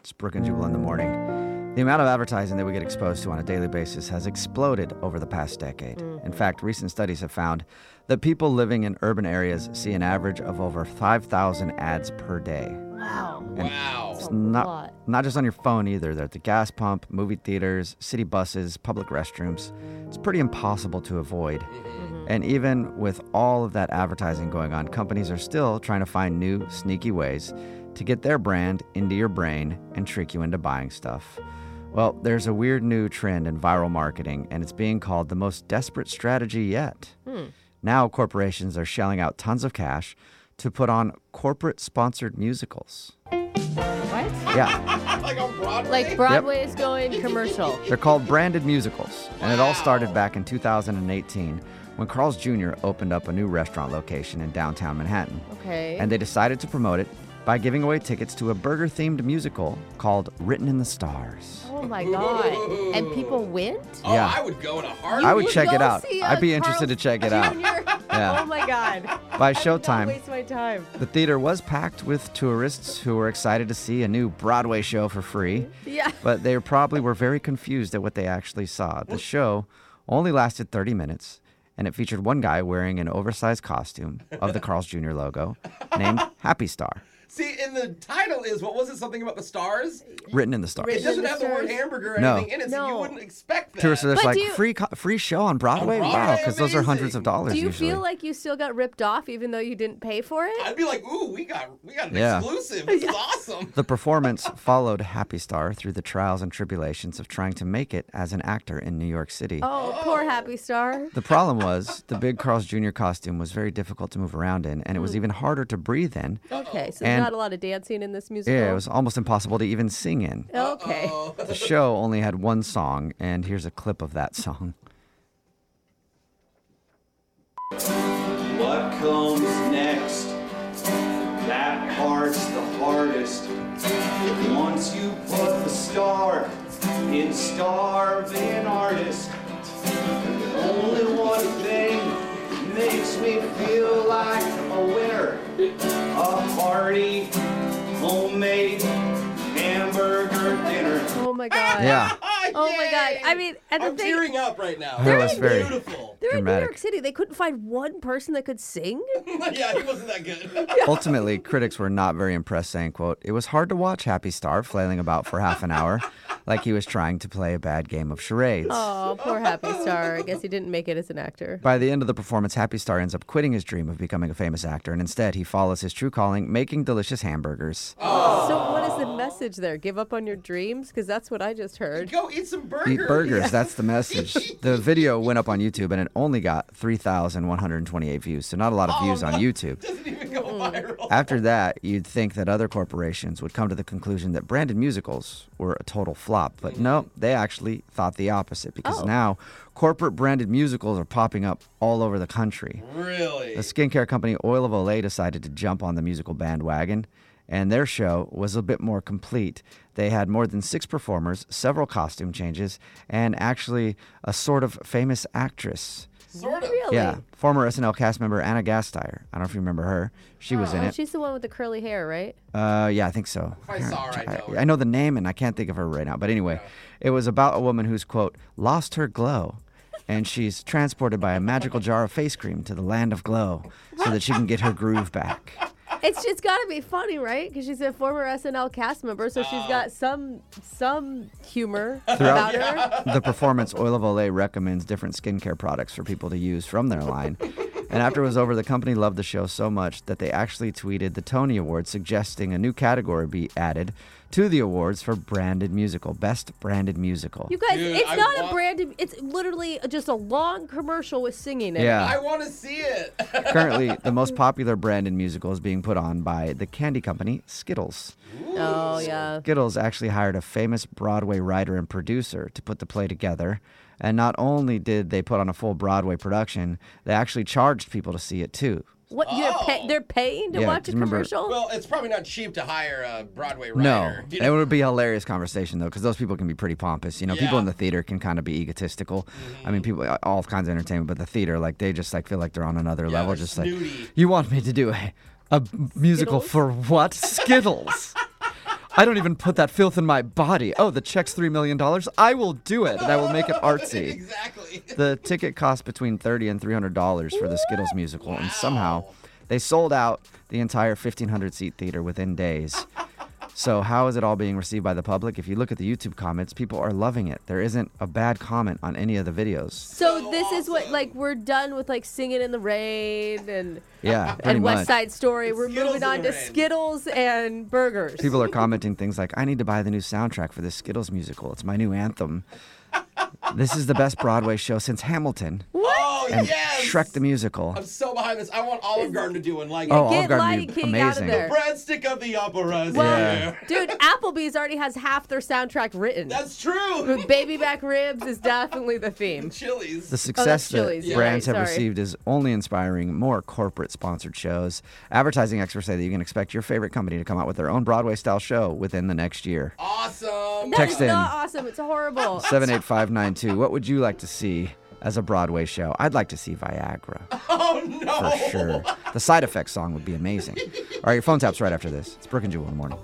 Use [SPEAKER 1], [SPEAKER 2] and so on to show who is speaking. [SPEAKER 1] It's Brooke and Jubal in the morning. The amount of advertising that we get exposed to on a daily basis has exploded over the past decade. In fact, recent studies have found that people living in urban areas see an average of over 5,000 ads per day.
[SPEAKER 2] Wow.
[SPEAKER 3] Wow.
[SPEAKER 1] It's
[SPEAKER 2] a lot.
[SPEAKER 1] not, not just on your phone either. They're at the gas pump, movie theaters, city buses, public restrooms. It's pretty impossible to avoid.
[SPEAKER 2] Mm-hmm.
[SPEAKER 1] And even with all of that advertising going on, companies are still trying to find new, sneaky ways to get their brand into your brain and trick you into buying stuff. Well, there's a weird new trend in viral marketing, and it's being called the most desperate strategy yet.
[SPEAKER 2] Hmm.
[SPEAKER 1] Now, corporations are shelling out tons of cash to put on corporate sponsored musicals.
[SPEAKER 2] What?
[SPEAKER 1] Yeah.
[SPEAKER 3] like on Broadway.
[SPEAKER 2] Like Broadway is going commercial.
[SPEAKER 1] They're called branded musicals, and it all started back in 2018 when Carl's Jr. opened up a new restaurant location in downtown Manhattan.
[SPEAKER 2] Okay.
[SPEAKER 1] And they decided to promote it by giving away tickets to a burger themed musical called Written in the Stars.
[SPEAKER 2] oh my god. And people went?
[SPEAKER 3] oh,
[SPEAKER 1] yeah.
[SPEAKER 3] I would go in a heart.
[SPEAKER 1] I would
[SPEAKER 2] Would
[SPEAKER 1] check
[SPEAKER 2] go
[SPEAKER 1] it out.
[SPEAKER 2] see, uh,
[SPEAKER 1] I'd be interested
[SPEAKER 2] Carl's
[SPEAKER 1] to check it out.
[SPEAKER 2] Junior?
[SPEAKER 1] Yeah.
[SPEAKER 2] Oh my god.
[SPEAKER 1] By
[SPEAKER 2] Don't
[SPEAKER 1] Showtime,
[SPEAKER 2] waste my time.
[SPEAKER 1] the theater was packed with tourists who were excited to see a new Broadway show for free.
[SPEAKER 2] Yeah.
[SPEAKER 1] but they probably were very confused at what they actually saw. The show only lasted 30 minutes, and it featured one guy wearing an oversized costume of the Carl's Jr. logo named Happy Star,
[SPEAKER 3] See, and the title is what was it? Something about the stars.
[SPEAKER 1] written in the stars.
[SPEAKER 3] It
[SPEAKER 2] Written in
[SPEAKER 3] doesn't
[SPEAKER 2] the
[SPEAKER 3] have the word
[SPEAKER 2] stars.
[SPEAKER 3] hamburger or
[SPEAKER 1] No.
[SPEAKER 3] anything in it, so you
[SPEAKER 2] No.
[SPEAKER 3] wouldn't expect that.
[SPEAKER 1] Tourists are just
[SPEAKER 2] But
[SPEAKER 1] like,
[SPEAKER 2] do you-
[SPEAKER 1] free, co- free show on Broadway?
[SPEAKER 3] Broadway,
[SPEAKER 1] Wow, because those are hundreds of
[SPEAKER 3] amazing.
[SPEAKER 1] dollars
[SPEAKER 2] Do you
[SPEAKER 1] usually.
[SPEAKER 2] feel like you still got ripped off even though you didn't pay for it?
[SPEAKER 3] I'd be like, ooh, we got we got an
[SPEAKER 1] Yeah.
[SPEAKER 3] exclusive. This is awesome.
[SPEAKER 1] the performance followed Happy Star through the trials and tribulations of trying to make it as an actor in New York City.
[SPEAKER 2] Oh, poor Happy Star.
[SPEAKER 1] The problem was the big Carl's Jr. costume was very difficult to move around in, and it
[SPEAKER 2] Mm.
[SPEAKER 1] was even harder to breathe in.
[SPEAKER 2] Okay, so
[SPEAKER 1] And-
[SPEAKER 2] there's not a lot of dancing in this musical.
[SPEAKER 1] Yeah, it was almost impossible to even sing in.
[SPEAKER 2] Okay.
[SPEAKER 1] The show only had one song, and here's a clip of that song.
[SPEAKER 4] What comes next? That part's the hardest. Once you put the star in starving artist, only one thing makes me feel like a winner. A hearty, homemade hamburger dinner.
[SPEAKER 2] Oh my god.
[SPEAKER 1] Yeah.
[SPEAKER 2] Oh my god.
[SPEAKER 3] Yay!
[SPEAKER 2] I mean, and the
[SPEAKER 3] I'm
[SPEAKER 2] thing
[SPEAKER 3] tearing up right now.
[SPEAKER 1] That was very-
[SPEAKER 3] beautiful.
[SPEAKER 2] they're in New
[SPEAKER 1] Dramatic.
[SPEAKER 2] York City. They couldn't find one person that could sing.
[SPEAKER 3] yeah, he wasn't that good.
[SPEAKER 1] Ultimately, critics were not very impressed, saying, quote, It was hard to watch Happy Star flailing about for half an hour like he was trying to play a bad game of charades.
[SPEAKER 2] Oh, poor Happy Star. I guess he didn't make it as an actor.
[SPEAKER 1] By the end of the performance, Happy Star ends up quitting his dream of becoming a famous actor, and instead he follows his true calling, making delicious hamburgers.
[SPEAKER 2] So what is the message there? Give up on your dreams? Because that's what I just heard.
[SPEAKER 3] Go eat some burgers.
[SPEAKER 1] Eat burgers, that's the message. The video went up on YouTube and it only got 3,128 views, so not a lot of views on YouTube.
[SPEAKER 3] Doesn't even go viral.
[SPEAKER 1] After that, you'd think that other corporations would come to the conclusion that branded musicals were a total flop, but no, they actually thought the opposite because
[SPEAKER 2] Mm-hmm. Oh.
[SPEAKER 1] now corporate branded musicals are popping up all over the country.
[SPEAKER 3] Really?
[SPEAKER 1] The skincare company Oil of Olay decided to jump on the musical bandwagon, and their show was a bit more complete. They had more than six performers, several costume changes, and actually a sort of famous actress.
[SPEAKER 3] Sort of.
[SPEAKER 2] Really?
[SPEAKER 1] Yeah, former SNL cast member Anna Gasteyer. I don't know if you remember her. She was in
[SPEAKER 2] Oh,
[SPEAKER 1] it.
[SPEAKER 2] she's the one with the curly hair, right?
[SPEAKER 1] Uh, yeah, I think so.
[SPEAKER 3] I saw her, I'd know her.
[SPEAKER 1] I know the name, and I can't think of her right now. But anyway, it was about a woman who's quote lost her glow, and she's transported by a magical jar of face cream to the land of glow, so that she can get her groove back.
[SPEAKER 2] It's just got to be funny, right? Because she's a former SNL cast member, so she's got some some humor about her.
[SPEAKER 1] The performance Oil of Olay recommends different skincare products for people to use from their line. And after it was over, the company loved the show so much that they actually tweeted the Tony Award suggesting a new category be added to the awards for branded musical, best branded musical.
[SPEAKER 2] You guys,
[SPEAKER 3] Dude,
[SPEAKER 2] it's
[SPEAKER 3] I
[SPEAKER 2] not
[SPEAKER 3] want-
[SPEAKER 2] a brand. It's literally just a long commercial with singing in it.
[SPEAKER 1] yeah.
[SPEAKER 3] I want to see it.
[SPEAKER 1] Currently, the most popular brand in musical is being put on by the candy company Skittles.
[SPEAKER 2] Oh yeah.
[SPEAKER 1] Skittles actually hired a famous Broadway writer and producer to put the play together. And not only did they put on a full Broadway production, they actually charged people to see it too.
[SPEAKER 2] What you're pay- they're paying to
[SPEAKER 1] Yeah,
[SPEAKER 2] watch a
[SPEAKER 1] 'cause remember-
[SPEAKER 2] commercial?
[SPEAKER 3] well, it's probably not cheap to hire a Broadway
[SPEAKER 1] No,
[SPEAKER 3] writer. You
[SPEAKER 1] it would be a hilarious conversation though, because those people can be pretty pompous. You know, people
[SPEAKER 3] Yeah. Mm-hmm.
[SPEAKER 1] in the theater can kind of be egotistical. I mean, people all kinds of entertainment, but the theater, like they just like feel like they're on another level.
[SPEAKER 3] they're
[SPEAKER 1] Just like
[SPEAKER 3] snooty.
[SPEAKER 1] you want me to do a, a musical
[SPEAKER 2] Skittles?
[SPEAKER 1] for what? Skittles. I don't even put that filth in my body. Oh, the check's $3 million? I will do it, and I will make it artsy.
[SPEAKER 3] exactly.
[SPEAKER 1] The ticket cost between $30 and $300 for the Skittles musical, and somehow they sold out the entire 1,500 seat theater within days. So, how is it all being received by the public? If you look at the YouTube comments, people are loving it. There isn't a bad comment on any of the videos.
[SPEAKER 2] So, this is what like we're done with like singing in the rain and
[SPEAKER 1] Yeah, pretty
[SPEAKER 2] and
[SPEAKER 1] much.
[SPEAKER 2] West Side Story. We're
[SPEAKER 3] Skittles
[SPEAKER 2] moving
[SPEAKER 3] in
[SPEAKER 2] on
[SPEAKER 3] the
[SPEAKER 2] to
[SPEAKER 3] rain.
[SPEAKER 2] Skittles and burgers.
[SPEAKER 1] People are commenting things like, I need to buy the new soundtrack for this Skittles musical. It's my new anthem. This is the best Broadway show since Hamilton
[SPEAKER 3] Oh
[SPEAKER 1] and
[SPEAKER 3] yes.
[SPEAKER 1] Shrek the musical.
[SPEAKER 3] I'm so behind this. I want Olive Garden to do one like
[SPEAKER 1] Oh,
[SPEAKER 3] it.
[SPEAKER 1] Olive
[SPEAKER 2] Get
[SPEAKER 1] Garden
[SPEAKER 2] Lion
[SPEAKER 1] would be
[SPEAKER 2] King out of
[SPEAKER 1] amazing.
[SPEAKER 2] there.
[SPEAKER 3] breadstick of the opera. is
[SPEAKER 2] Well,
[SPEAKER 3] here.
[SPEAKER 2] dude, Applebee's already has half their soundtrack written.
[SPEAKER 3] That's true.
[SPEAKER 2] Baby back ribs is definitely the theme.
[SPEAKER 3] Chili's.
[SPEAKER 1] The success that
[SPEAKER 2] Oh, Chili's. Yeah,
[SPEAKER 1] brands
[SPEAKER 2] right,
[SPEAKER 1] have
[SPEAKER 2] sorry.
[SPEAKER 1] received is only inspiring more corporate sponsored shows. Advertising experts say that you can expect your favorite company to come out with their own Broadway style show within the next year.
[SPEAKER 3] awesome.
[SPEAKER 2] That's
[SPEAKER 1] Text in.
[SPEAKER 2] not awesome. It's horrible.
[SPEAKER 1] 78592, what would you like to see as a Broadway show? I'd like to see Viagra
[SPEAKER 3] Oh no.
[SPEAKER 1] for sure. The side effects song would be amazing. All right, your phone tap's right after this. It's Brooke and Jewel in the morning.